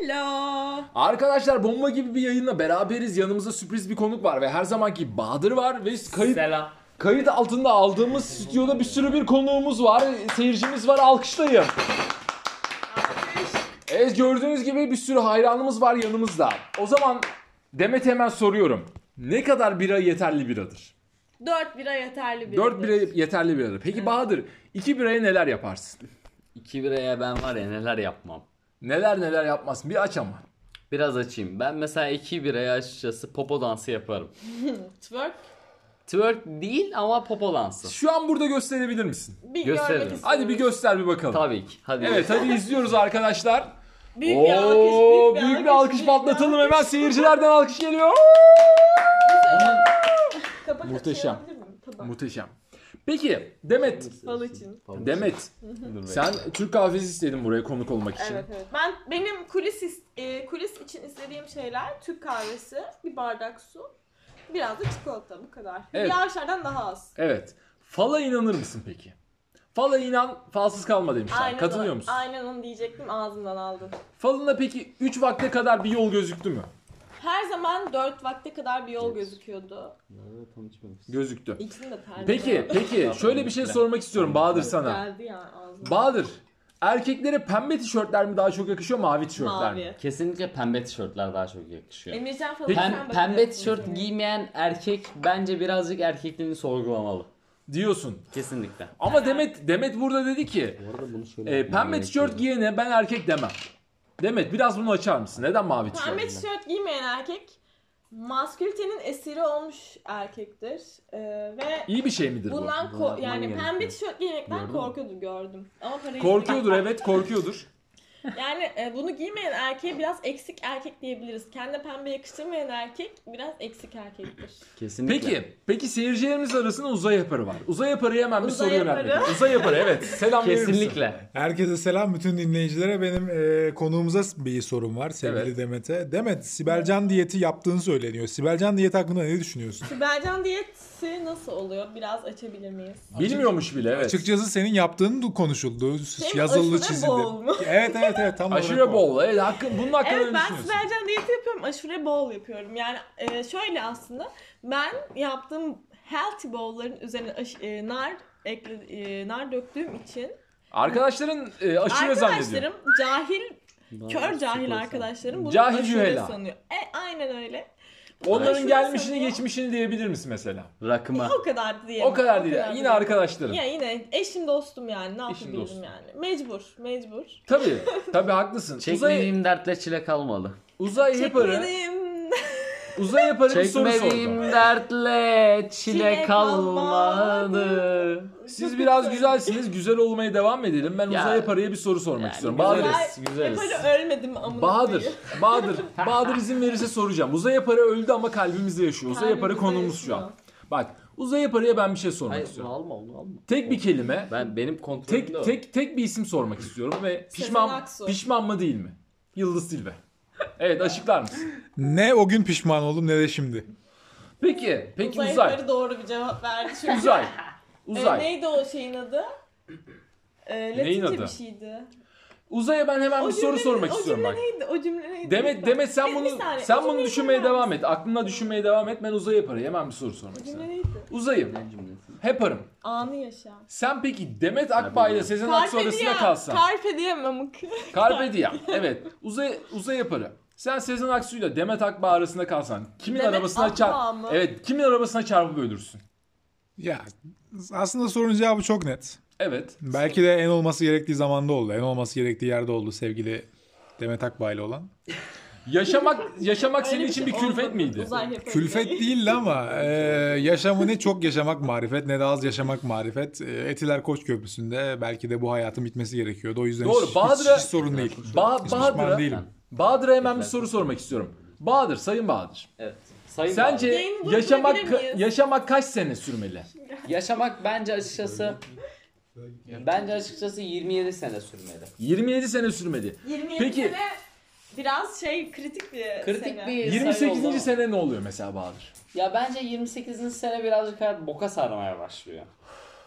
Hello. Arkadaşlar bomba gibi bir yayınla beraberiz. Yanımızda sürpriz bir konuk var ve her zamanki Bahadır var ve kayıt Selam. kayıt altında aldığımız stüdyoda bir sürü bir konuğumuz var. Seyircimiz var. Alkışlayın. Evet gördüğünüz gibi bir sürü hayranımız var yanımızda. O zaman Demet hemen soruyorum. Ne kadar bira yeterli biradır? 4 bira yeterli bir. 4 bira yeterli biradır. Peki Bahadır 2 biraya neler yaparsın? 2 biraya ben var ya neler yapmam. Neler neler yapmazsın? Bir aç ama. Biraz açayım. Ben mesela 2 biraya açıkçası popo dansı yaparım. Twerk. Twerk değil ama popo dansı. Şu an burada gösterebilir misin? Bir Gösterelim. görmek istiyorum. Hadi bir göster bir bakalım. Tabii ki. Hadi. Evet hadi izliyoruz arkadaşlar. Büyük bir alkış. Büyük Oo, bir büyük alkış. bir alkış bir patlatalım alkış. hemen seyircilerden alkış geliyor. Kapak Muhteşem. açabilir miyim? Tamam. Muhteşem. Peki Demet, Bal için. Demet sen Türk kahvesi istedin buraya konuk olmak için. Evet evet. Ben benim kulis is- e, kulis için istediğim şeyler Türk kahvesi, bir bardak su, biraz da çikolata bu kadar. Evet. Yağışlardan daha az. Evet. Fala inanır mısın peki? Fala inan, falsız kalma demişler. Katılıyor o- musun? Aynen onu diyecektim ağzımdan aldım. Falına peki 3 vakte kadar bir yol gözüktü mü? Her zaman 4 vakte kadar bir yol gözüküyordu. Gözüktü. İkisini de terledim. Peki, peki şöyle bir şey sormak istiyorum Bahadır sana. Geldi ya ağzıma. Bahadır, erkeklere pembe tişörtler mi daha çok yakışıyor, mavi tişörtler mi? Mavi. Kesinlikle pembe tişörtler daha çok yakışıyor. Emircan falan Peki- sen Pem- pembe bakıyorsun. tişört giymeyen erkek bence birazcık erkekliğini sorgulamalı. Diyorsun. Kesinlikle. Ama Demet Demet burada dedi ki Bu arada bunu şöyle e, pembe tişört giyene ben erkek demem. Demet biraz bunu açar mısın? Neden mavi tişört? Pembe tişört giymeyen erkek maskülitenin esiri olmuş erkektir. Ee, ve İyi bir şey midir bu? bundan bu- ko- bu- yani bu- pembe tişört giymekten Gördün mü? korkuyordu gördüm. Ama parayı Korkuyordur evet korkuyordur. Yani e, bunu giymeyen erkeğe biraz eksik erkek diyebiliriz. Kendi pembe yakıştırmayan erkek biraz eksik erkektir. Kesinlikle. Peki peki seyircilerimiz arasında uzay yaparı var. Uzay yaparı hemen bir Uzay soru yaparı. yöneltmek. Uzay yaparı evet. Selam verir misin? Kesinlikle. Herkese selam bütün dinleyicilere. Benim e, konuğumuza bir sorum var sevgili Evet. Demet'e. Demet, Sibelcan diyeti yaptığını söyleniyor. Sibelcan diyeti hakkında ne düşünüyorsun? Sibelcan diyeti nasıl oluyor? Biraz açabilir miyiz? Bilmiyormuş bile evet. Açıkçası senin yaptığın du- konuşuldu. s- Şey, yazılı aşure çizildi. bowl mu? Evet evet evet tam olarak Aşure o. bol. Evet, hakkın, bunun hakkında Evet ne ben düşünüyorsun? Sibelcan diyeti yapıyorum. Aşure bowl yapıyorum. Yani e, şöyle aslında ben yaptığım healthy bowl'ların üzerine aş- e, nar ekle, e, nar döktüğüm için Arkadaşların e, aşure zannediyor. arkadaşlarım cahil kör cahil arkadaşlarım bunu Cahil aşure Cühela. sanıyor. E aynen öyle. Onların aşure gelmişini sanıyor. geçmişini diyebilir misin mesela? Rakıma. O kadar diye. O kadar değil. Yine arkadaşlarım. arkadaşlarım. Ya yine eşim dostum yani ne Eşim yapabilirim dostum. yani. Mecbur mecbur. Tabii. Tabii haklısın. Uzay Çekmediğim dertle çile kalmalı. uzay yaparı Çekmedim. uzay yaparı bir soru sordu. Çekmediğim dertle Çile çile kalmadı. kalmadı. Siz biraz güzelsiniz. Güzel olmaya devam edelim. Ben Ya. uzay paraya bir soru sormak Yani istiyorum. güzel. Bahadır. Güzel, güzeliz. Yaparı ölmedim amına Bahadır. koyayım. Bahadır. Bahadır izin verirse soracağım. Uzay para öldü ama kalbimizde yaşıyor. Uzay para Kalbimizde konumuz şu an. yaşıyor. Bak uzay paraya ben bir şey sormak Hayır istiyorum. alma onu alma. Tek bir kelime. Ben benim kontrolümde Tek o. tek tek bir isim sormak istiyorum ve Sezen pişman Aksu. pişman mı değil mi? Yıldız Tilbe. Evet açıklar mısın? Ne o gün pişman oldum ne de şimdi. Peki. Peki Uzay uzay. Yukarı doğru bir cevap verdi çünkü. Uzay. Ee, Uzay. neydi o şeyin adı? Ee, Neyin Latince bir adı? şeydi. Uzaya ben hemen O bir soru cümle- sormak o istiyorum cümle bak. Neydi? O cümle neydi? Demet Lütfen. Demet sen Bir- bunu bir saniye, o sen cümleyi bunu düşünmeye söyler devam misin? et. Aklına düşünmeye devam et. Ben uzay yaparı hemen bir soru O sormak cümle istiyorum. neydi? Uzayım. cümlesi? Heparım. Anı yaşa. Sen peki Demet Akbağ ile Sezen Aksu arasında kalsan. Carpe diem amık. Carpe diem. Evet. Uzay uzay yaparı. Sen Sezen Aksu ile Demet Akbağ arasında kalsan kimin Demet arabasına Akbağ mı? çarp Evet, kimin arabasına çarpıp ölürsün? Ya aslında sorunun cevabı çok net. Evet. Belki de en olması gerektiği zamanda oldu. En olması gerektiği yerde oldu sevgili Demet Akbağ ile olan. Yaşamak yaşamak senin Öyle bir için şey bir külfet olmadı. miydi? Uzay hep öyle. Külfet değil de ama e, yaşamı ne çok yaşamak marifet ne de az yaşamak marifet. E, Etiler Koç Köprüsü'nde belki de bu hayatın bitmesi gerekiyordu. O yüzden Doğru, hiç, Bahadır'a- hiç, hiç sorun değil. Ba- hiç Bahadır'a- pişman değilim. Bahadır'a hemen bir soru sormak istiyorum. Bahadır, Sayın Bahadır. Evet. Sayın Sence Sence Yayını durdurabilir yaşamak miyiz? yaşamak kaç sene sürmeli? yaşamak bence açıkçası bence açıkçası 27 sene sürmedi. 27 sene sürmeli. 27 Peki. sene biraz şey kritik bir sene. Kritik bir sayı oldu 28. ama- sene ne oluyor mesela Bahadır? Ya bence 28. sene birazcık hayat boka sarmaya başlıyor.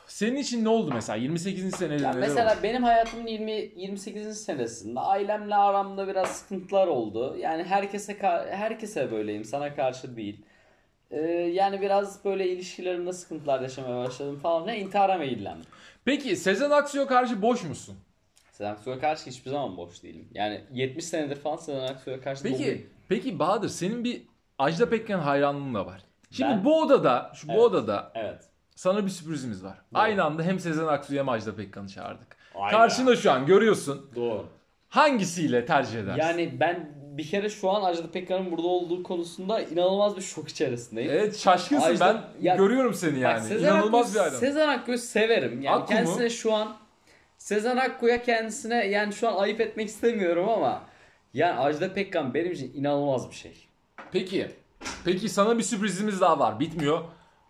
Senin için ne oldu mesela? 28. senede Ya neler mesela oldu? benim hayatımın 20 28. senesinde ailemle aramda biraz sıkıntılar oldu. Yani herkese ka- herkese böyleyim, sana karşı değil. Ee, yani biraz böyle ilişkilerimde sıkıntılar yaşamaya başladım falan. Ne intihara meyillendim. Peki Sezen Aksu'ya karşı boş musun? Sezen Aksu'ya karşı hiçbir zaman boş değilim. Yani 70 senedir falan Sezen Aksu'ya karşı Peki, doluyum. peki Bahadır senin bir Ajda Pekkan hayranlığın da var. Şimdi Ben- bu odada, şu Evet. bu odada Evet. sana bir sürprizimiz var. Aynı anda hem Sezen Aksu'yu hem Ajda Pekkan'ı çağırdık. Aynen. Karşında şu an görüyorsun. Doğru. Hangisiyle tercih edersin? Yani ben bir kere şu an Ajda Pekkan'ın burada olduğu konusunda inanılmaz bir şok içerisindeyim. Evet şaşkınsın Ajda- ben Ya- görüyorum seni yani. Bak, Sezen İnanılmaz Aksu- bir hayran. Sezen Aksu'yu severim. Yani Akku mu? kendisine şu an Sezen Aksu'ya kendisine yani şu an ayıp etmek istemiyorum ama yani Ajda Pekkan benim için inanılmaz bir şey. Peki. Peki sana bir sürprizimiz daha var. Bitmiyor.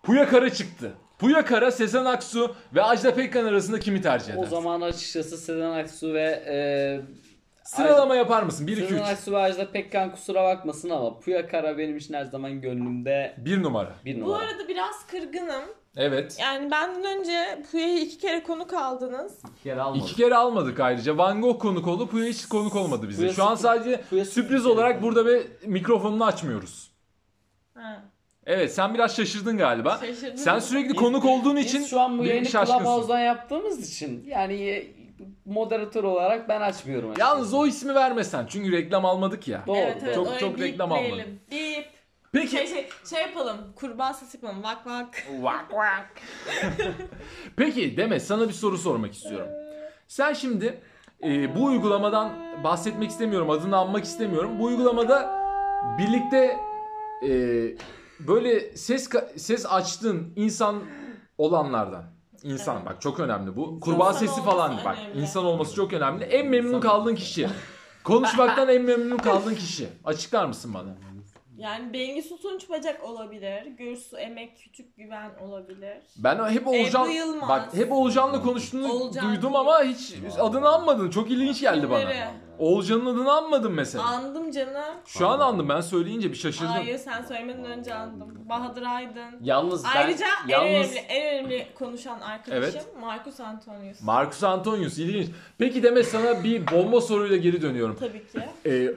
Puya Kara çıktı. Puya Kara, Sezen Aksu ve Ajda Pekkan arasında kimi tercih eder? O zaman açıkçası Sezen Aksu ve e, Sıralama yapar mısın? 1 2 Sezen 3. Aksu ve Ajda Pekkan kusura bakmasın ama Puya Kara benim için her zaman gönlümde 1 numara. bir Bu numara. arada biraz kırgınım. Evet. Yani benden önce Puya'yı iki kere konuk aldınız. İki kere almadım. İki kere almadık ayrıca. Van Gogh konuk oldu. Puya hiç konuk olmadı bize. Puya Şu an sıfır- sadece Puya sıfır sürpriz kere olarak konuk. burada ve mikrofonunu açmıyoruz. Ha. Evet sen biraz şaşırdın galiba. Şaşırdım. Sen sürekli konuk olduğun Biz için şu an bu bir yayını şaşkınsın. Clubhouse'dan yaptığımız için yani e, moderatör olarak ben açmıyorum. açıkçası. Yalnız o ismi vermesen çünkü reklam almadık ya. Doğru. Evet evet Çok- orayı çok reklam bipleyelim. almadım. Bip. Peki Şey, şey, şey yapalım. Kurbağa sesi yapalım. Vak vak. Vak vak. Peki Demet sana bir soru sormak istiyorum. Sen şimdi e, bu uygulamadan bahsetmek istemiyorum, adını anmak istemiyorum. Bu uygulamada birlikte e, böyle ses ka- ses açtığın insan olanlardan. İnsan bak çok önemli bu. Kurbağa İnsan sesi olması falan bak. önemli. İnsan olması çok önemli. En memnun kaldığın kişi. Konuşmaktan en memnun kaldığın kişi. Açıklar mısın bana? Yani Bengisu Tunç Bacak olabilir. Gürsu Emek Küçük Güven olabilir. Ben hep Oğulcan Ebru Yılmaz. bak hep Oğulcan'la konuştuğunu E, Oğulcan duydum değil. ama hiç adını anmadın. Çok ilginç geldi bana. Kimleri? Oğulcan'ın adını anmadın mesela. Andım canım. Şu an andım ben söyleyince bir şaşırdım. Hayır sen söylemeden önce andım. Bahadır Aydın. Yalnız ben Ayrıca en yalnız önemli, en önemli konuşan arkadaşım Marcus Antonius. Marcus Antonius ilginç. Peki Demet sana bir bomba soruyla geri dönüyorum. Tabii ki. Ee,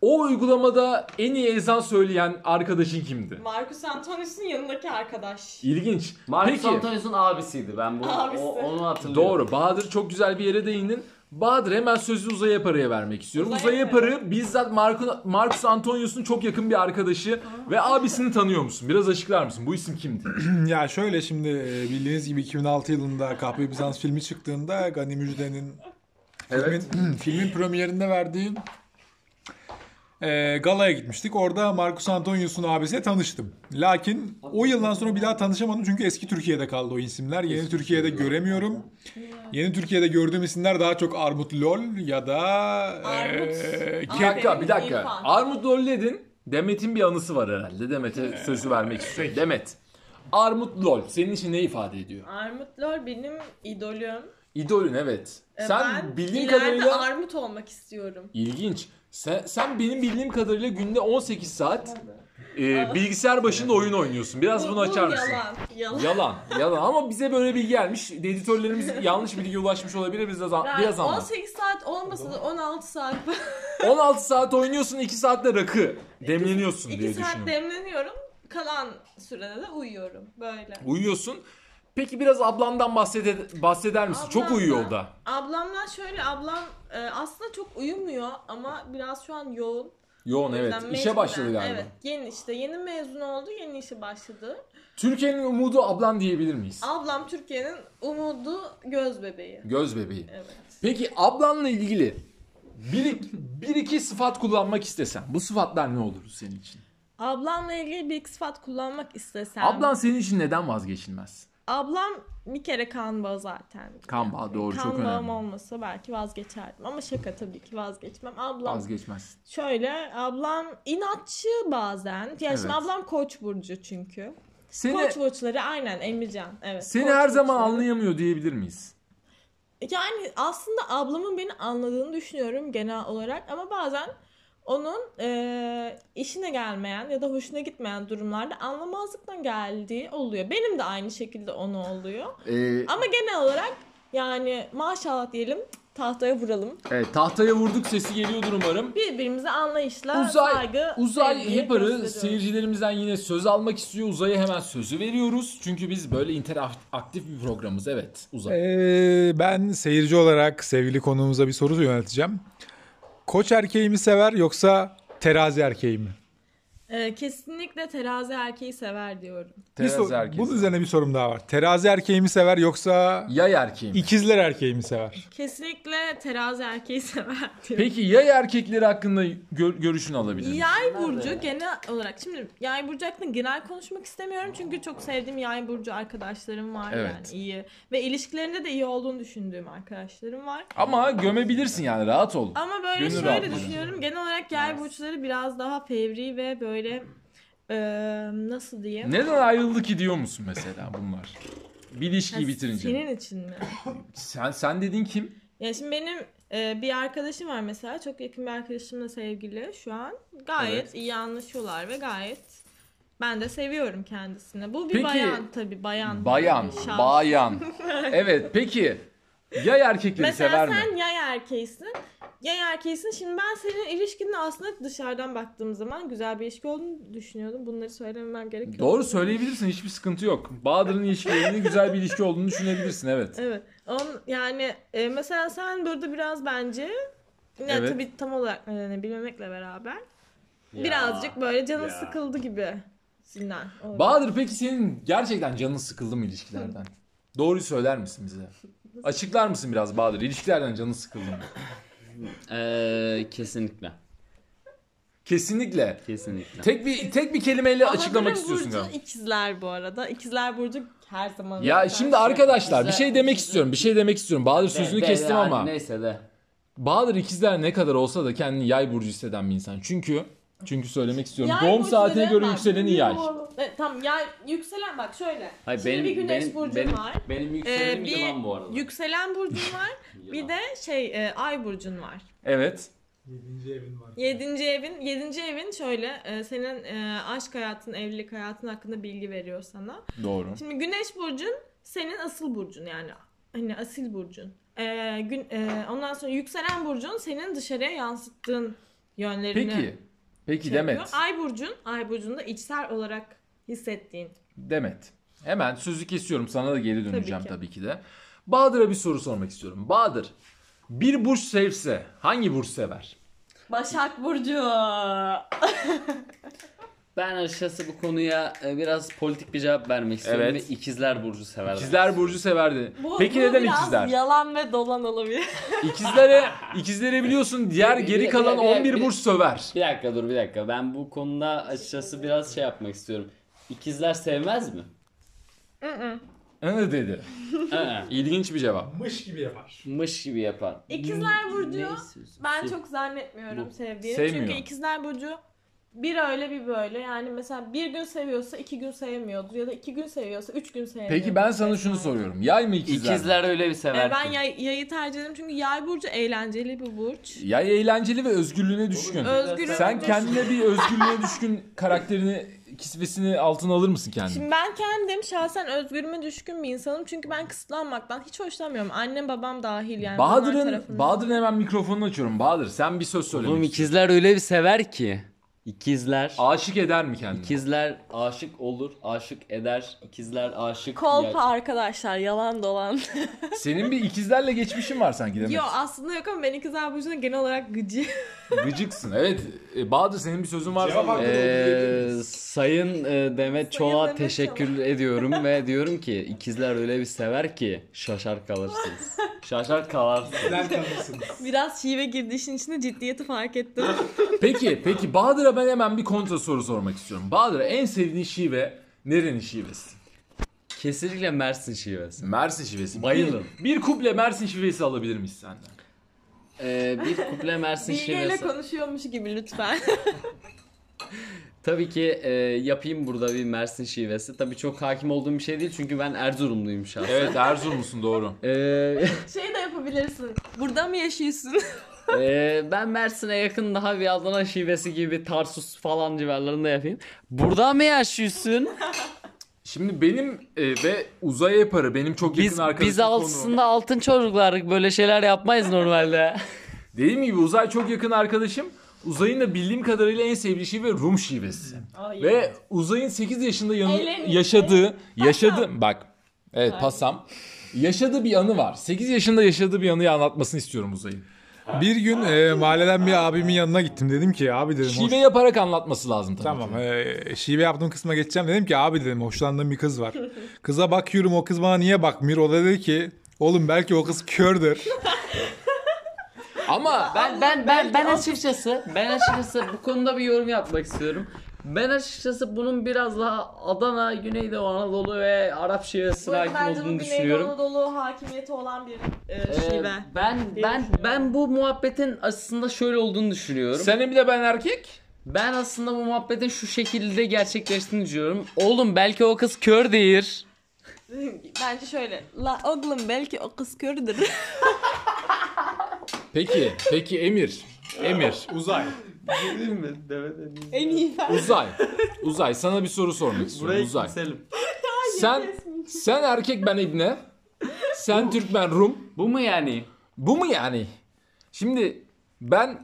o uygulamada en iyi ezan söyleyen arkadaşın kimdi? Marcus Antonius'un yanındaki arkadaş. İlginç. Marcus Peki Antonius'un abisiydi. Ben bunu Abisi. o- onu hatırlıyorum. doğru Bahadır çok güzel bir yere değindin. Bahadır hemen sözü Uzay Yaparı'ya vermek istiyorum. Uzay Uzay Yaparı bizzat Marcus, Marcus Antonius'un çok yakın bir arkadaşı ve abisini tanıyor musun? Biraz açıklar mısın? Bu isim kimdi? Ya şöyle şimdi e, bildiğiniz gibi 2006 yılında Kahpe Bizans filmi çıktığında Gani Müjde'nin Evet. filmin, filmin premierinde verdiği e, galaya gitmiştik. Orada Marcus Antonius'un abisiyle tanıştım. Lakin o yıldan sonra bir daha tanışamadım çünkü eski Türkiye'de kaldı o isimler. Yeni Türkiye'de göremiyorum. Yeni Türkiye'de gördüğüm isimler daha çok Armut Lol ya da Armut. e, Bir dakika Aferin, bir dakika. İrfan. Armut Lolled'in Demet'in bir anısı var herhalde. Demet'e sözü vermek istiyorum. Demet. Armut Lol senin için ne ifade ediyor? Armut Lor benim idolüm. İdolün evet. Ee, sen ben bildiğim ileride kadarıyla armut olmak istiyorum. ilginç. Sen, sen benim bildiğim kadarıyla günde 18 saat e, bilgisayar başında oyun oynuyorsun. Biraz Bu- bunu bu açar mısın? Yalan. Yalan. Yalan. Yalan ama bize böyle bilgi gelmiş. Editörlerimiz yanlış bilgi ulaşmış olabilir. Biz de zan- Ben biraz anlat. 18 saat olmasa da 16 saat 16 saat oynuyorsun, 2 saatte rakı demleniyorsun diye 2 saat düşünüyorum. demleniyorum. Kalan sürede de uyuyorum. Böyle. Uyuyorsun. Peki biraz ablandan bahsede- bahseder misin? Çok Ablamdan- uyuyor o da. Ablamla şöyle ablam e, aslında çok uyumuyor ama biraz şu an yoğun. Yoğun evet. Ben İşe mecburen- başladı galiba. Evet yeni işte yeni mezun oldu yeni işe başladı. Türkiye'nin umudu ablan diyebilir miyiz? Ablam Türkiye'nin umudu göz bebeği. Göz bebeği. Evet. Peki ablanla ilgili bir, bir iki sıfat kullanmak istesen bu sıfatlar ne olur senin için? Ablamla ilgili bir iki sıfat kullanmak istesem. Ablan senin için neden vazgeçilmez? Ablam bir kere kan bağı zaten. Kan bağı doğru kan çok bağım önemli. olmasa belki vazgeçerdim ama şaka tabii ki vazgeçmem. Ablam Vazgeçmez. şöyle ablam inatçı bazen. Yani Evet. şimdi ablam koç burcu çünkü. Seni Koç burçları aynen Emircan. Evet. seni koç her zaman burçları. anlayamıyor diyebilir miyiz? Yani aslında ablamın beni anladığını düşünüyorum genel olarak ama bazen onun e, işine gelmeyen ya da hoşuna gitmeyen durumlarda anlamazlıktan geldiği oluyor. Benim de aynı şekilde onu oluyor. Ee, Ama genel olarak yani maşallah diyelim tahtaya vuralım. evet, tahtaya vurduk sesi geliyordur umarım. Birbirimize anlayışla Uzay- saygı, Uzay sevgi Hepar'ı gösteriyoruz. seyircilerimizden yine söz almak istiyor. Uzay'a hemen sözü veriyoruz. Çünkü biz böyle interaktif bir programız. Evet Uzay. Ee, ben seyirci olarak sevgili konuğumuza bir soru yönelteceğim. Koç erkeği mi sever yoksa terazi erkeği mi? E, kesinlikle terazi erkeği sever diyorum. Bir Terazi sor- erkeği Bunun sever. üzerine bir sorum daha var. Terazi erkeği mi sever yoksa Yay erkeği mi? ikizler erkeği mi sever? Kesinlikle terazi erkeği sever diyorum. Peki yay erkekleri hakkında gör- görüşünü alabilir miyim? Yay Nerede burcu ya? genel olarak şimdi yay burcu hakkında genel konuşmak istemiyorum çünkü çok sevdiğim yay burcu arkadaşlarım var Evet. yani iyi ve ilişkilerinde de iyi olduğunu düşündüğüm arkadaşlarım var. Ama gömebilirsin yani rahat ol. Ama böyle Gönül şöyle rahatlığına. düşünüyorum genel olarak yay Nice. burçları biraz daha fevri ve böyle eee, nasıl diyeyim? Neden ayrıldı ki diyor musun mesela bunlar? Bir Ha, ilişkiyi bitirince. Senin için mi? Sen sen dedin kim? Ya şimdi benim e, bir arkadaşım var mesela. Çok yakın bir arkadaşımla sevgili şu an. Gayet Evet. iyi anlaşıyorlar ve gayet ben de seviyorum kendisini. Bu bir Peki, bayan tabii bayan. Bayan. Şahs. Bayan. Evet peki. Yay erkekleri Mesela sever sen mi? yay erkeğisin. Yay erkeğisin. Şimdi ben senin ilişkinin aslında dışarıdan baktığım zaman güzel bir ilişki olduğunu düşünüyordum. Bunları söylememem gerekiyor. Doğru söyleyebilirsin hiçbir sıkıntı yok. Bahadır'ın ilişkilerinin güzel bir ilişki olduğunu düşünebilirsin evet. Evet. On, yani e, mesela sen burada biraz bence ya Evet. tabii tam olarak nedenini bilmemekle beraber Ya. Birazcık böyle canı ya. sıkıldı gibi. Sinan. O- Bahadır peki senin gerçekten canın sıkıldı mı ilişkilerden? Doğruyu söyler misin bize? Açıklar mısın biraz Bahadır? İlişkilerden canın sıkıldı mı? Ee, kesinlikle. Kesinlikle. Kesinlikle. Tek bir tek bir kelimeyle Ama açıklamak Burcu istiyorsun galiba. ikizler bu arada. İkizler Burcu her zaman. Ya öyle. şimdi arkadaşlar bir Güzel. şey demek istiyorum. Bir şey demek istiyorum. Bahadır Be- sözünü be kestim ya, ama. Neyse de. Bahadır ikizler ne kadar olsa da kendini yay burcu hisseden bir insan. Çünkü çünkü söylemek istiyorum. Yay Doğum burcu saatine neden göre bak? yükseleni yay. Evet, tamam yay yükselen bak şöyle. Hayır, şimdi benim, bir güneş benim, burcum benim, var. Benim Ee, yükselenim bir yılan bu arada. yükselen burcun var. bir de şey e, ay burcun var. Evet. Yedinci evin, yedinci evin şöyle e, senin e, aşk hayatın, evlilik hayatın hakkında bilgi veriyor sana. Doğru. Şimdi Güneş burcun senin asıl burcun yani hani asil burcun. Ee, gün e, ondan sonra yükselen burcun senin dışarıya yansıttığın yönlerini. şey Peki. Peki yapıyor. Demet. Ay burcun, ay burcunda içsel olarak hissettiğin. Demet. Hemen sözü kesiyorum. Sana da geri döneceğim ki. tabii ki, de. Bahadır'a bir soru sormak istiyorum. Bahadır bir burç sevse hangi burç sever? Başak burcu. Ben açıkçası bu konuya e, biraz politik bir cevap vermek istiyorum. Evet. Ve ikizler burcu severler. İkizler burcu severdi. Peki neden ikizler? yalan ve dolan olabilir. İkizlere ikizlere biliyorsun diğer Bir- geri bir- kalan bir- bir- 11 bir- burç söver. Bir dakika dur bir dakika. Ben bu konuda açıkçası biraz şey yapmak istiyorum. İkizler sevmez mi? Hı dedi. Hı. İlginç bir cevap. Mış gibi yapar. İkizler burcu Neyse, Ben şey- çok zannetmiyorum Bu- sevdiğini. Sevmiyor. Çünkü ikizler burcu bir öyle bir böyle. Yani mesela bir gün seviyorsa iki gün sevmiyordur ya da iki gün seviyorsa üç gün sevmiyordur. Peki ben sana şunu soruyorum. Yay mı ikizler? İkizler, mi? öyle bir Ee, sever. ki. ben yay, yayı tercih ederim çünkü yay burcu eğlenceli bir burç. Yay eğlenceli ve özgürlüğüne düşkün. Özgürüm. Sen kendine bir özgürlüğe düşkün karakterini, kisvesini altına alır mısın kendin? Şimdi ben kendim şahsen özgürlüğüme düşkün bir insanım çünkü ben kısıtlanmaktan hiç hoşlanmıyorum. Annem babam dahil yani. bunlar Bahadır'ın tarafından. Bahadır'ın hemen mikrofonunu açıyorum. Bahadır sen bir söz söyle. Oğlum ikizler öyle bir sever ki. İkizler. Aşık eder mi kendini? İkizler aşık olur, aşık eder. İkizler aşık. ya- Kolpa arkadaşlar yalan dolan. Senin bir ikizlerle geçmişin var sanki demek. Yo aslında yok ama ben ikizler burcuna genel olarak gıcı. Gıcıksın. Evet. e, Bahadır senin bir sözün var. Cevap sanırım. hakkı- Ee, sayın e, Demet Sayın Çolak'a Demet teşekkür ediyorum ve diyorum ki ikizler öyle bir sever ki şaşar kalırsınız. Şaşar kalırsınız. Biraz şive girdi işin içinde ciddiyeti fark ettim. E, Peki, peki Bahadır'a ben hemen bir kontra soru sormak istiyorum. Bahadır'a en sevdiğin şive nerenin şivesi? Kesinlikle Mersin şivesi. Mersin şivesi. Bayılın. Bir, bir kuple Mersin şivesi alabilir miyiz senden? Ee, bir kuple Mersin Bilgeyle şivesi. konuşuyormuş gibi lütfen. Tabii ki e, yapayım burada bir Mersin şivesi. Tabii çok hakim olduğum bir şey değil çünkü ben Erzurumluyum şahsen. Evet Erzurumlusun doğru. Ee, şey de yapabilirsin. Burada mı yaşıyorsun? Ee, ben Mersin'e yakın daha bir Adana şivesi gibi Tarsus falan civarlarında yapayım. Burada mı yaşıyorsun? Şimdi benim e, ve uzay yaparı benim çok yakın Biz, arkadaşım biz konu. aslında altın çocuklar böyle şeyler yapmayız normalde. Dediğim gibi uzay çok yakın arkadaşım. Uzayın da bildiğim kadarıyla en sevdiği şive Rum şivesi. Ay. Ve Uzay'ın 8 yaşında yanı, Eğlenin. yaşadığı, yaşadı bak. Evet pasam. Yaşadığı bir anı var. 8 yaşında yaşadığı bir anıyı anlatmasını istiyorum Uzay'ın. Bir gün e, mahalleden bir abimin yanına gittim. Dedim ki abi dedim hoş- Şive yaparak anlatması lazım tabii. Tamam. E, şive yaptığım kısma geçeceğim. Dedim ki abi dedim hoşlandığım bir kız var. Kıza bakıyorum o kız bana niye bakmıyor? O da dedi ki oğlum belki o kız kördür. Ama Ben ben ben ben açıkçası ben açıkçası bu konuda bir yorum yapmak istiyorum. Ben açıkçası bunun biraz daha Adana, Güneydoğu Anadolu ve Arap şivesine Bu arada hakim bence bu olduğunu Güneydoğu düşünüyorum. Anadolu hakimiyeti olan bir e, Ee, şive. ben Diye ben düşünüyorum. ben bu muhabbetin aslında şöyle olduğunu düşünüyorum. senin bir de ben erkek. Ben aslında bu muhabbetin şu şekilde gerçekleştiğini düşünüyorum. Oğlum belki o kız kör değil. Bence şöyle. La oğlum belki o kız kördür. Peki, peki Emir. Emir, Uzay. en iyi ben. Uzay. Uzay sana bir soru sormak istiyorum Uzay. Sen sen erkek ben İbne. Sen Türk ben Rum. Bu mu yani? Bu mu yani? Şimdi ben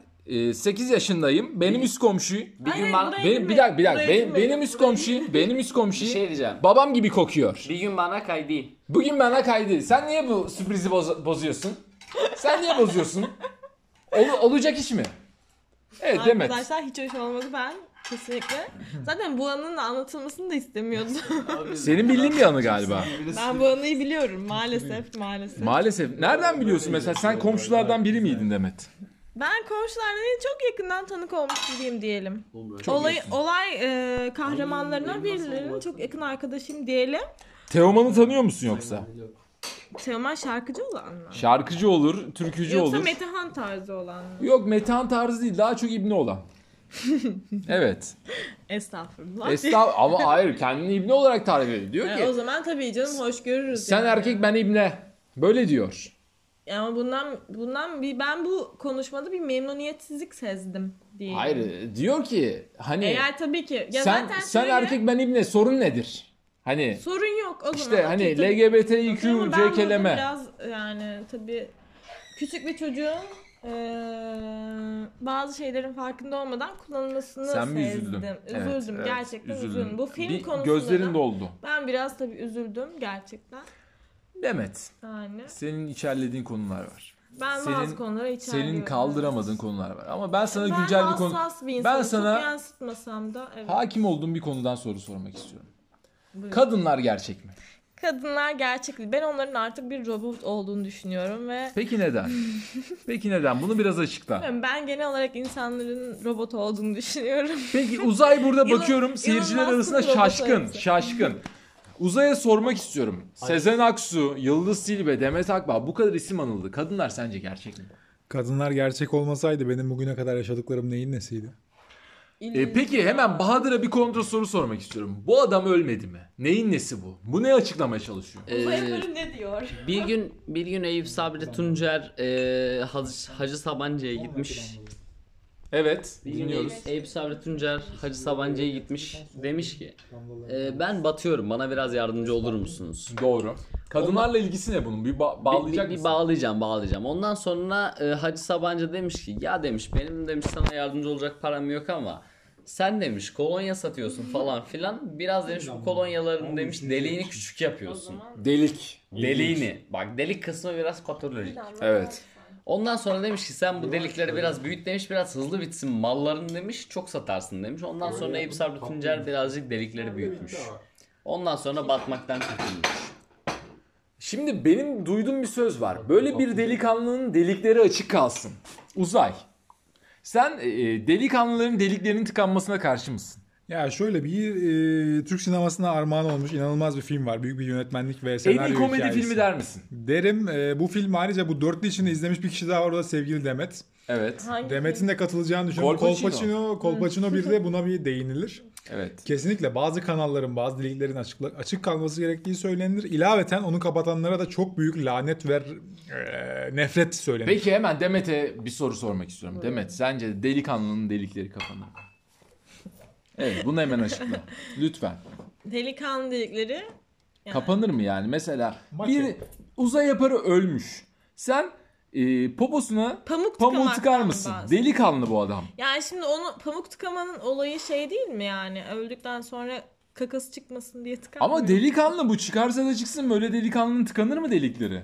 8 yaşındayım. Benim üst komşu Bir Hayır, gün bana buraya benim bir dakika bir dakika. Buraya Benim, girmeyin. benim üst Buraya komşu, benim üst komşu bir şey diyeceğim. babam gibi kokuyor. Bir gün bana kaydı. Bugün bana kaydı. Sen niye bu sürprizi boz- bozuyorsun? Sen niye bozuyorsun? Ol- olacak iş mi? Evet Demet. Arkadaşlar hiç hoş olmadı ben. Kesinlikle. Zaten bu anının anlatılmasını da istemiyordum. Senin bildiğin bir anı galiba. ben bu anıyı biliyorum maalesef maalesef. Maalesef. Nereden biliyorsun mesela? Sen komşulardan biri miydin Demet? ben komşularla değil, çok yakından tanık olmuş biriyim diyelim. olay olay e, kahramanlarına birilerinin çok yakın arkadaşım diyelim. Teoman'ı tanıyor musun yoksa? Teoman şarkıcı olan mı? Şarkıcı olur, türkücü Yoksa olur. Metehan tarzı olan mı? Yok Metehan tarzı değil daha çok İbni olan. evet. Estağfurullah. Estağ ama hayır kendini İbni olarak tarif ediyor. Diyor E, o ki zaman tabii canım hoş görürüz. sen yani. erkek ben İbne. Böyle diyor. Ama bundan bundan bir ben bu konuşmada bir memnuniyetsizlik sezdim diye. Hayır diyor ki hani Eğer tabii ki ya sen zaten sen şöyle, erkek ben İbne sorun nedir? Hani sorun yok o zaman. işte hani okey, tabii. LGBTİQ Ama ben burada celeme. Biraz yani tabii küçük bir çocuğun eee, bazı şeylerin farkında olmadan kullanılmasını Sen bir sezdim. üzüldün. Evet, Üzüldüm evet, gerçekten üzüldüm. üzüldün. Bu film Bir konusunda Gözlerin da doldu. ben biraz tabii üzüldüm gerçekten. Demet Yani senin içerlediğin konular var. ben Senin- bazı konulara içerliyorum. Senin kaldıramadığın konular var. Ama ben sana ben güncel bir konu hassas bir Ben insanım. sana- Çok yansıtmasam da evet. hakim olduğum bir konudan soru sormak istiyorum. Buyurun. Kadınlar gerçek mi? Kadınlar gerçek değil. Ben onların artık bir robot olduğunu düşünüyorum ve Peki neden? Peki neden? Bunu biraz açıkla. ben genel olarak insanların robot olduğunu düşünüyorum. Peki uzay burada Elon- bakıyorum seyirciler Elon Musk'ın arasında robotu şaşkın, arası. şaşkın. Uzaya sormak istiyorum. Sezen Aksu, Yıldız Silve, Demet Akbağ bu kadar isim anıldı. Kadınlar sence gerçek mi? Kadınlar gerçek olmasaydı benim bugüne kadar yaşadıklarım neyin nesiydi? Hmm. E, peki hemen Bahadır'a bir kontra soru sormak istiyorum. Bu adam ölmedi mi? Neyin nesi bu? Bu ne açıklamaya çalışıyor? Ee, ne diyor? bir gün bir gün Eyüp Sabri Tuncer e, Hacı, Hacı Sabancı'ya gitmiş. Evet, Bir gün dinliyoruz. Eyüp- Eyüp Sabri Tuncer Hacı Sabancı'ya gitmiş. Demiş ki e, ben batıyorum bana biraz yardımcı olur musunuz? Doğru. Kadınlarla ilgisi ne bunun? Bir ba- Bir- bağlayacak bir, bir mısın? bağlayacağım bağlayacağım. Ondan sonra e, Hacı Sabancı demiş ki ya demiş benim demiş sana yardımcı olacak param yok ama sen demiş kolonya satıyorsun falan filan. Biraz demiş bu kolonyaların demiş deliğini küçük yapıyorsun. Delik. Deliğini. Bak delik kısmı biraz patolojik. Evet. Ondan sonra demiş ki sen bu delikleri biraz büyüt demiş biraz hızlı bitsin malların demiş çok satarsın demiş. Ondan sonra Eyüp Sabri Tuncer birazcık delikleri büyütmüş. Ondan sonra batmaktan kurtulmuş. Şimdi benim duyduğum bir söz var. Böyle bir delikanlının delikleri açık kalsın. Uzay. Sen e, delikanlıların deliklerinin tıkanmasına karşı mısın? Ya şöyle bir e, Türk sinemasına armağan olmuş inanılmaz bir film var. Büyük bir yönetmenlik ve senaryo en iyi komedi hikayesi. filmi der misin? Derim e, bu film ayrıca bu dörtlü içinde izlemiş bir kişi daha var o da sevgili Demet. Evet. Hangi Demet'in de katılacağını düşünüyorum. Kolpaçino. Kolpaçino, Kolpaçino bir de buna bir değinilir. Evet. Kesinlikle bazı kanalların, bazı liglerin açık, açık kalması gerektiği söylenir. İlaveten onu kapatanlara da çok büyük lanet ver e, nefret söylenir. Peki hemen Demet'e bir soru sormak istiyorum. Demet sence delikanlının delikleri kapanır mı? Evet bunu hemen açıkla. Lütfen. Delikanlı dedikleri Kapanır mı yani? Mesela Maç bir yok. uzay yaparı ölmüş. Sen e, poposuna pamuk, pamuğu tıkamaktan tıkar mısın? bahsediyor. Delikanlı bu adam. Yani şimdi onu pamuk tıkamanın olayı şey değil mi yani? Öldükten sonra kakası çıkmasın diye tıkar. Ama delikanlı bu çıkarsa da çıksın böyle delikanlının tıkanır mı delikleri?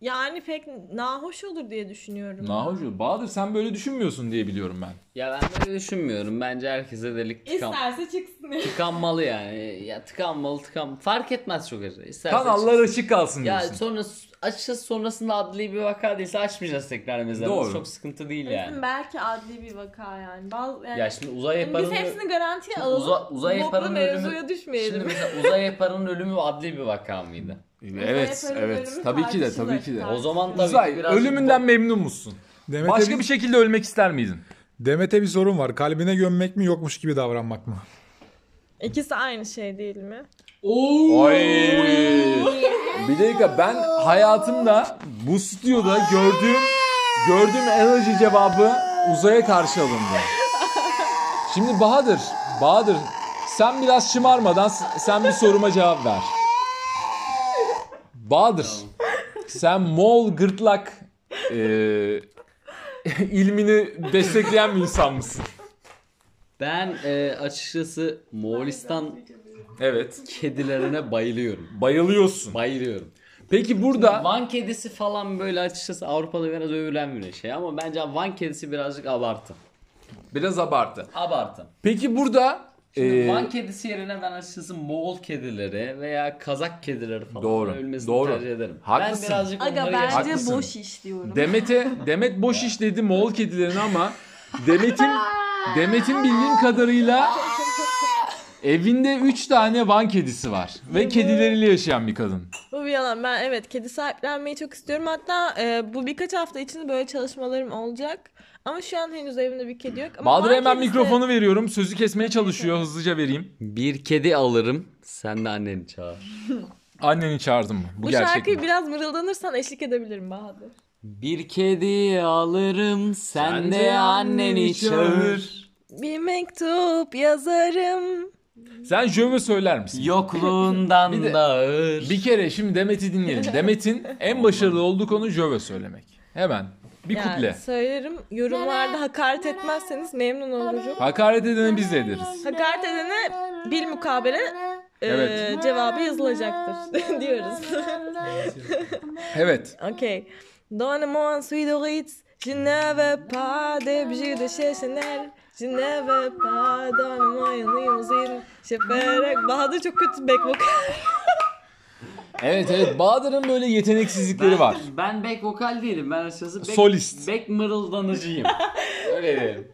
Yani pek nahoş olur diye düşünüyorum. Nahoş Bahadır sen böyle düşünmüyorsun diye biliyorum ben. Ya ben böyle düşünmüyorum. Bence herkese delik tıkan, İsterse çıksın. tıkanmalı yani. Ya tıkanmalı tıkan. Fark etmez çok acı. İsterse Kanallar açık kalsın Ya diyorsun. sonra açacağız sonrasında adli bir vaka değilse açmayacağız tekrar mesela. Doğru. Çok sıkıntı değil Bizim yani. belki adli bir vaka yani. Bazı, yani, Ya şey şimdi uzay yani yaparının... biz hepsini garantiye alalım. Uza- uzay boklu yaparının mevzuya ölümü- düşmeyelim. Şimdi mesela uzay yaparının ölümü adli bir vaka mıydı? evet, Uzay yaparının evet. ölümü Tabii ki de, tartışılır. tabii ki de. O zaman tabii Uzay, ki biraz... ölümünden memnun musun? Demet'e, Başka bir, bir şekilde ölmek ister miydin? Demet'e bir sorun var. Kalbine gömmek mi yokmuş gibi davranmak mı? İkisi aynı şey değil mi? Oy. Bir dakika ben hayatımda bu stüdyoda gördüğüm gördüğüm en acı cevabı uzaya karşı alındı. Şimdi Bahadır, Bahadır sen biraz şımarmadan s- sen bir soruma cevap ver. Bahadır sen Moğol gırtlak e, ilmini destekleyen bir insan mısın? Ben e, açıkçası Moğolistan Evet. kedilerine bayılıyorum. Bayılıyorsun. Bayılıyorum. Peki burada Van kedisi falan böyle açıkçası Avrupa'da biraz övülen bir şey ama bence Van kedisi birazcık abartı. biraz abartı. Abartı. Peki burada e, Van kedisi yerine ben açıkçası Moğol kedileri veya Kazak kedileri falan Doğru, ölmesini doğru. tercih ederim. Haklısın. Ben birazcık Aga onları bence yaşamak- Haklısın. boş iş diyorum. Demet'e Demet boş iş dedi Moğol kedilerine ama Demet'in Demet'in bildiğim kadarıyla evinde 3 tane Van kedisi var ve kedileriyle yaşayan bir kadın. Bu bir yalan. Ben evet kedi sahiplenmeyi çok istiyorum. Hatta e, bu birkaç hafta içinde böyle çalışmalarım olacak. Ama şu an henüz evimde bir kedi yok. Ama Bahadır'a var hemen kedisi. mikrofonu veriyorum. Sözü kesmeye çalışıyor. Hızlıca vereyim. Bir kedi alırım. Sen de anneni çağır. Anneni çağırdım mı? Bu, Bu gerçek şarkıyı mi? biraz mırıldanırsan eşlik edebilirim Bahadır. Bir kedi alırım. Sen, Sen de de anneni anneni çağır. Bir mektup yazarım. Sen Jöme söyler misin? Bir Yokluğundan de- da ağır. Bir kere şimdi Demet'i dinleyelim. Demet'in en başarılı olduğu konu Jöve söylemek. Hemen bir Yani kuple. söylerim. Yorumlarda hakaret etmezseniz memnun olurum. Hakaret edeni biz de ederiz. Hakaret edene bil mukabele e, Evet. cevabı yazılacaktır diyoruz. Evet. Ok. Donne-moi un sweet Je ne veux pas de bijou de chez Chanel. Je ne veux pas. Donne-moi une limousine. Je ferai... Bahadır çok kötü back vokal. Evet evet. Bahadır'ın böyle yeteneksizlikleri var. Ben back vokal değilim. Ben açıkçası back, Solist. back mırıldanıcıyım. Öyle diyelim.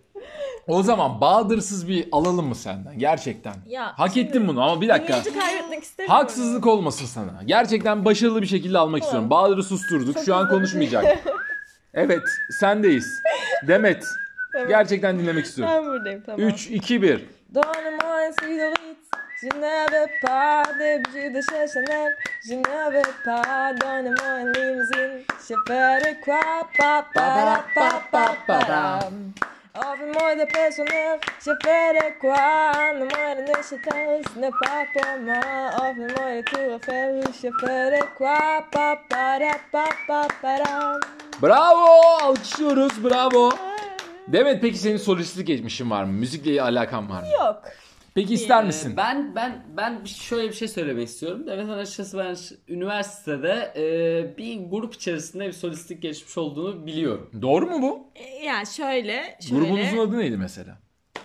O zaman Bahadır'sız bir alalım mı senden gerçekten? Ya, Hak şimdi- ettin bunu ama bir dakika. Dinleyici kaybetmek istemiyorum. Haksızlık olmasın sana. Gerçekten başarılı bir şekilde almak istiyorum. Bahadır'ı susturduk. Şu an konuşmayacak. evet, sendeyiz. Demet. Gerçekten dinlemek istiyorum. Ben buradayım tamam. 3 2 1. Donne-moi un sweet Je ne veux pas de bijou şey de chez Chanel. Je ne veux pas. Donne-moi une limousine. Je ferai quoi? Pa, pa, ra, pa, pa, pa, ra. Offre-moi de personnel, je ferai quoi Ne moi de Neuchâtel, ce n'est pas pour moi. Offre-moi de Tour Eiffel, je ferai quoi Pa pa ra pa pa pa ra. Bravo! Alkışlıyoruz. Bravo. Demet peki senin solistlik geçmişin var mı? Müzikle alakan var mı? Yok. Peki ister Ee, misin? Ben ben ben şöyle bir şey söylemek istiyorum. Evet açıkçası ben ş- üniversitede e, bir grup içerisinde bir solistlik geçmiş olduğunu biliyorum. Doğru mu bu? Yani E, şöyle, Grubunuzun adı neydi mesela?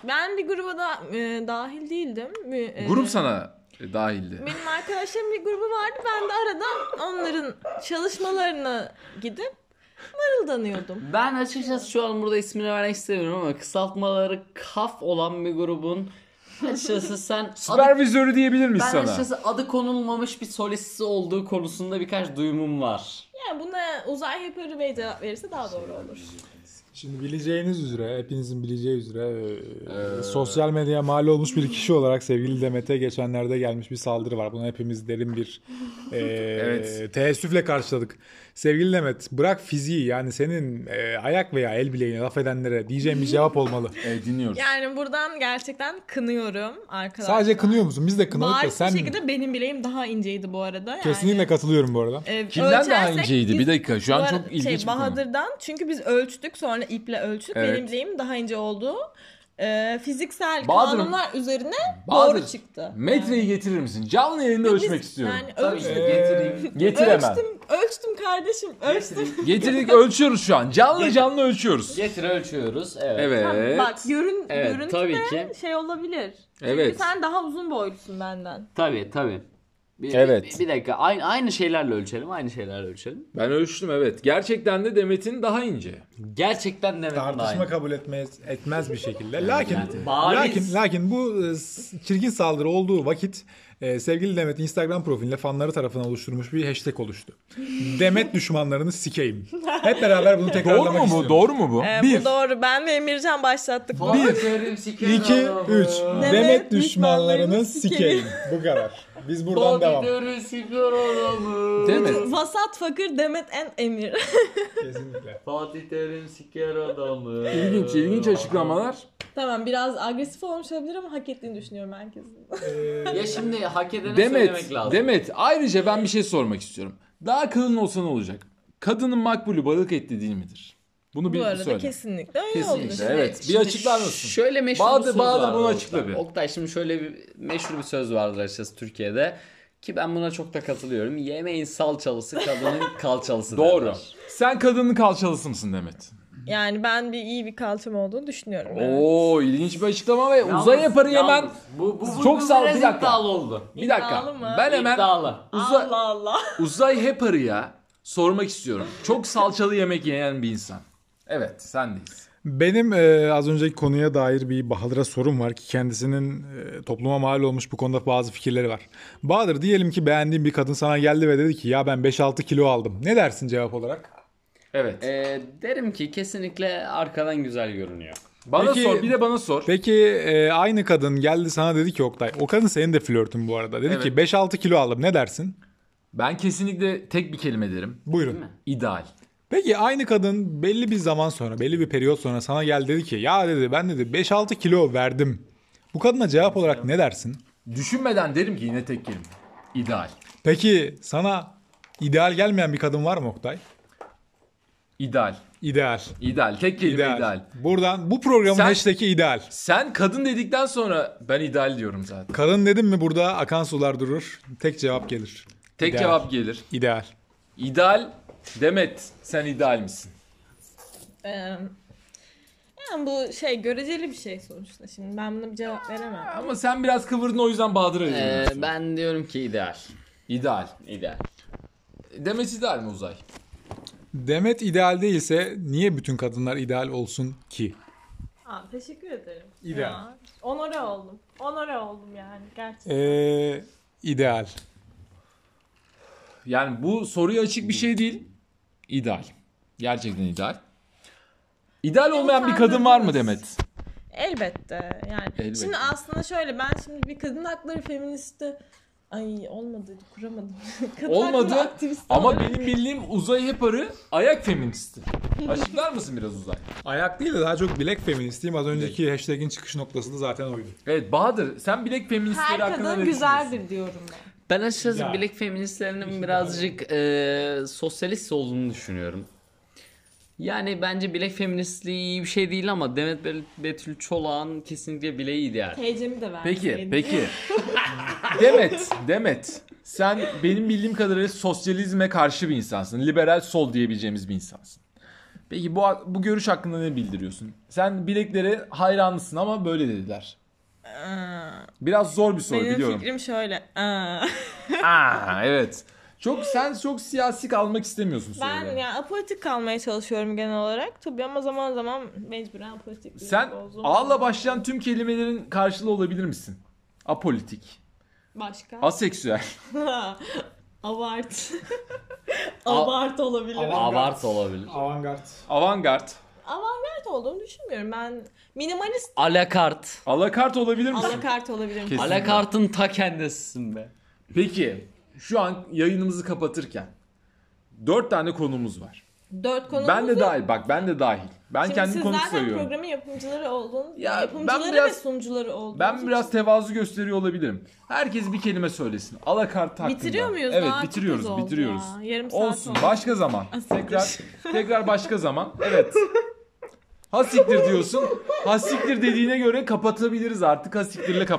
Ben bir gruba da e, dahil değildim. Bir, e, Grup sana dahildi. Benim arkadaşlarım bir grubu vardı. Ben de arada onların çalışmalarına gidip mırıldanıyordum. Ben açıkçası şu an burada ismini vermek istemiyorum ama kısaltmaları kaf olan bir grubun açıkçası sen adı, Süpervizörü diyebilir miyiz ben sana? açıkçası adı konulmamış bir solisti olduğu konusunda birkaç duyumum var. Yani buna uzay yaparı bey cevap verirse daha doğru olur. Şimdi bileceğiniz üzere, hepinizin bileceği üzere e, sosyal medyaya mal olmuş bir kişi olarak sevgili Demet'e geçenlerde gelmiş bir saldırı var. Buna hepimiz derin bir e, Evet. teessüfle karşıladık. Sevgili Demet, bırak fiziği yani senin e, ayak veya el bileğine laf edenlere diyeceğim bir cevap olmalı. E, dinliyoruz. Yani buradan gerçekten kınıyorum arkadaşlar. Sadece kınıyor musun? Biz de kınadık da Bariz sen bir şekilde benim bileğim daha inceydi bu arada. Yani, kesinlikle katılıyorum bu arada. e, Kimden daha ölçersek inceydi? biz- Bir dakika şu Bu an ara- çok ilginç bir şey, konu. Bahadır'dan çünkü biz ölçtük sonra iple ölçtük. Evet. Benim bileğim daha ince oldu. E, fiziksel Bahadır'ım- kanunlar üzerine Bahadır, doğru çıktı. Metreyi getirir misin? Canlı yayında Biz- ölçmek istiyorum. Yani Tabii ölçtüm. işte getireyim. Getiremem. Ölçtüm, ölçtüm kardeşim. Ölçtüm. Getirdik ölçüyoruz şu an. Canlı canlı ölçüyoruz. Getir ölçüyoruz. Evet. Evet. Bak görün, Evet, görüntüde tabii ki. şey olabilir. Evet. Çünkü sen daha uzun boylusun benden. Tabii tabii. Bir, Evet. Bir, bir dakika aynı, aynı şeylerle ölçelim aynı şeylerle ölçelim. Ben ölçtüm evet. Gerçekten de Demet'in daha ince. Gerçekten demek tartışma kabul etmez etmez bir şekilde. Lakin Bariz. lakin lakin bu e, s- çirkin saldırı olduğu vakit e, sevgili Demet Instagram profiline fanları tarafından oluşturmuş bir hashtag oluştu. Demet düşmanlarını sikeyim. Hep beraber bunu tekrarlamak istiyorum. mu bu? Ee, Bir. Bu doğru. Ben ve Emircan başlattık. bunu. Bir. Bir, 2 3 Demet Demet düşmanlarını düşmanlarını sikeyim. sikeyim. Bu kadar. Biz buradan devam. Demet. Vasat fakir Demet en Emir. Kesinlikle. Fatih Terim siker adamı. İlginç ilginç açıklamalar. tamam biraz agresif olmuş olabilir ama hak ettiğini düşünüyorum herkesin. E, Ya şimdi hak edene Demet, söylemek lazım. Demet ayrıca ben bir şey sormak istiyorum. Daha kadın olsa ne olacak? Kadının makbulü balık etli değil midir? Bunu bir Bu arada söyle. kesinlikle öyle Kesinlikle, olmuş. evet. Bir açıklar mısın? Şöyle meşhur Bahadır- bir söz Bahadır vardır bunu Oktay. açıkla bir. Oktay şimdi şöyle bir meşhur bir söz vardır açıkçası Türkiye'de. Ki ben buna çok da katılıyorum. Yemeğin salçalısı kadının kalçalısı Doğru. derler. Sen kadının kalçalısı mısın Demet? Yani ben bir iyi bir kalçam olduğunu düşünüyorum. evet. Oo ilginç bir açıklama ve uzay yaparı yemen. Bu, bu, bu, Çok bu sağ ol, bir biraz dakika. iddialı oldu. Bir dakika. İddialı mı? Ben hemen İddialı. uzay Allah Allah. uzay yaparıya sormak istiyorum. Çok salçalı yemek yiyen bir insan. Evet, sendeyiz. Benim e, az önceki konuya dair bir Bahadır'a sorum var ki kendisinin e, topluma mal olmuş bu konuda bazı fikirleri var. Bahadır diyelim ki beğendiğin bir kadın sana geldi ve dedi ki ya ben 5-6 kilo aldım. Ne dersin cevap olarak? Evet. Ee, derim ki kesinlikle arkadan güzel görünüyor. bana peki- sor, bir de bana sor. Peki e, aynı kadın geldi sana dedi ki Oktay o kadın senin de flörtün bu arada. Dedi Evet. ki 5-6 kilo aldım ne dersin? Ben kesinlikle tek bir kelime derim. Buyurun. İdeal. Peki aynı kadın belli bir zaman sonra belli bir periyot sonra sana geldi dedi ki ya dedi ben dedi 5-6 kilo verdim. Bu kadına cevap olarak ne dersin? Düşünmeden derim ki yine tek kelime. İdeal. Peki sana ideal gelmeyen bir kadın var mı Oktay? İdeal. İdeal. İdeal. Tek kelime ideal. İdeal. Buradan bu programın Sen- hashtag'i ideal. Sen kadın dedikten sonra ben ideal diyorum zaten. Kadın dedim mi burada akan sular durur. Tek cevap gelir. Tek İdeal. cevap gelir. İdeal. İdeal. Demet sen ideal misin? Ee, yani bu şey göreceli bir şey sonuçta. Şimdi ben buna bir cevap veremem. Ama sen biraz kıvırdın o yüzden Bahadır'a Ee, veriyorsun. ben diyorum ki ideal. İdeal. İdeal. Demet ideal mi Uzay? Demet ideal değilse niye bütün kadınlar ideal olsun ki? Aa, teşekkür ederim. İdeal. Ya, Onore oldum. Onore oldum yani gerçekten. Ee, ideal. Yani bu soruya açık bir şey değil. İdeal. Gerçekten ideal. İdeal olmayan bir kadın var mı Demet? Elbette yani. Elbette. Şimdi aslında şöyle ben şimdi bir kadın hakları feministi ay olmadı kuramadım. kadın hakları Olmadı aktivisti ama olarak- benim bildiğim Uzay Hepar'ı ayak feministi. Açıklar mısın biraz Uzay? Ayak değil de daha çok bilek feministiyim. Az önceki hashtag'in çıkış noktası da zaten oydu. Evet Bahadır sen bilek feministleri her hakkında kadın ne düşünüyorsun? güzeldir diyorum ben. Ben açıkçası İdeal. bilek feministlerinin birazcık e, sosyalist olduğunu düşünüyorum. Yani bence bilek feministliği iyi bir şey değil ama Demet Bel- Betül Çolak'ın kesinlikle bileği ideal. TC'mi de ver. Peki peki. Demet Demet sen benim bildiğim kadarıyla sosyalizme karşı bir insansın. Liberal sol diyebileceğimiz bir insansın. Peki bu, bu görüş hakkında ne bildiriyorsun? Sen bileklere hayranlısın ama böyle dediler. Biraz zor bir soru Benim biliyorum. fikrim şöyle. Aa. Aa, evet. Çok sen çok siyasi kalmak istemiyorsun Ben sorulara. ya apolitik kalmaya çalışıyorum genel olarak. Tabii ama zaman zaman mecburen apolitik. Sen A'la başlayan tüm kelimelerin karşılığı olabilir misin? Apolitik, Başka. aseksüel, Avart. Avart olabilir. Abart olabilir. Avantgard. avantgard, avantgard olduğunu düşünmüyorum. Ben minimalist Alakart. Alakart olabilir misin? alakart olabilirim. Kesin. Alakartın ta kendisisin be. Peki şu an yayınımızı kapatırken dört tane konumuz var. Dört konumuz ben de var. dahil bak ben de dahil. Ben Şimdi kendi siz konuk zaten sayıyorum. programın yapımcıları olduğunuz, Ya yapımcıları ben biraz- ve sunucuları olduğunuz Ben için- biraz tevazu gösteriyor olabilirim. Herkes bir kelime söylesin. Alakart hakkında. Bitiriyor muyuz? Evet Daha çok az bitiriyoruz oldu bitiriyoruz. ya. Yarım saat Olsun oldu. başka zaman. Asiktir. Tekrar tekrar başka zaman. Evet. Hasiktir diyorsun. Hasiktir dediğine göre kapatabiliriz artık. Hasiktirle kapat.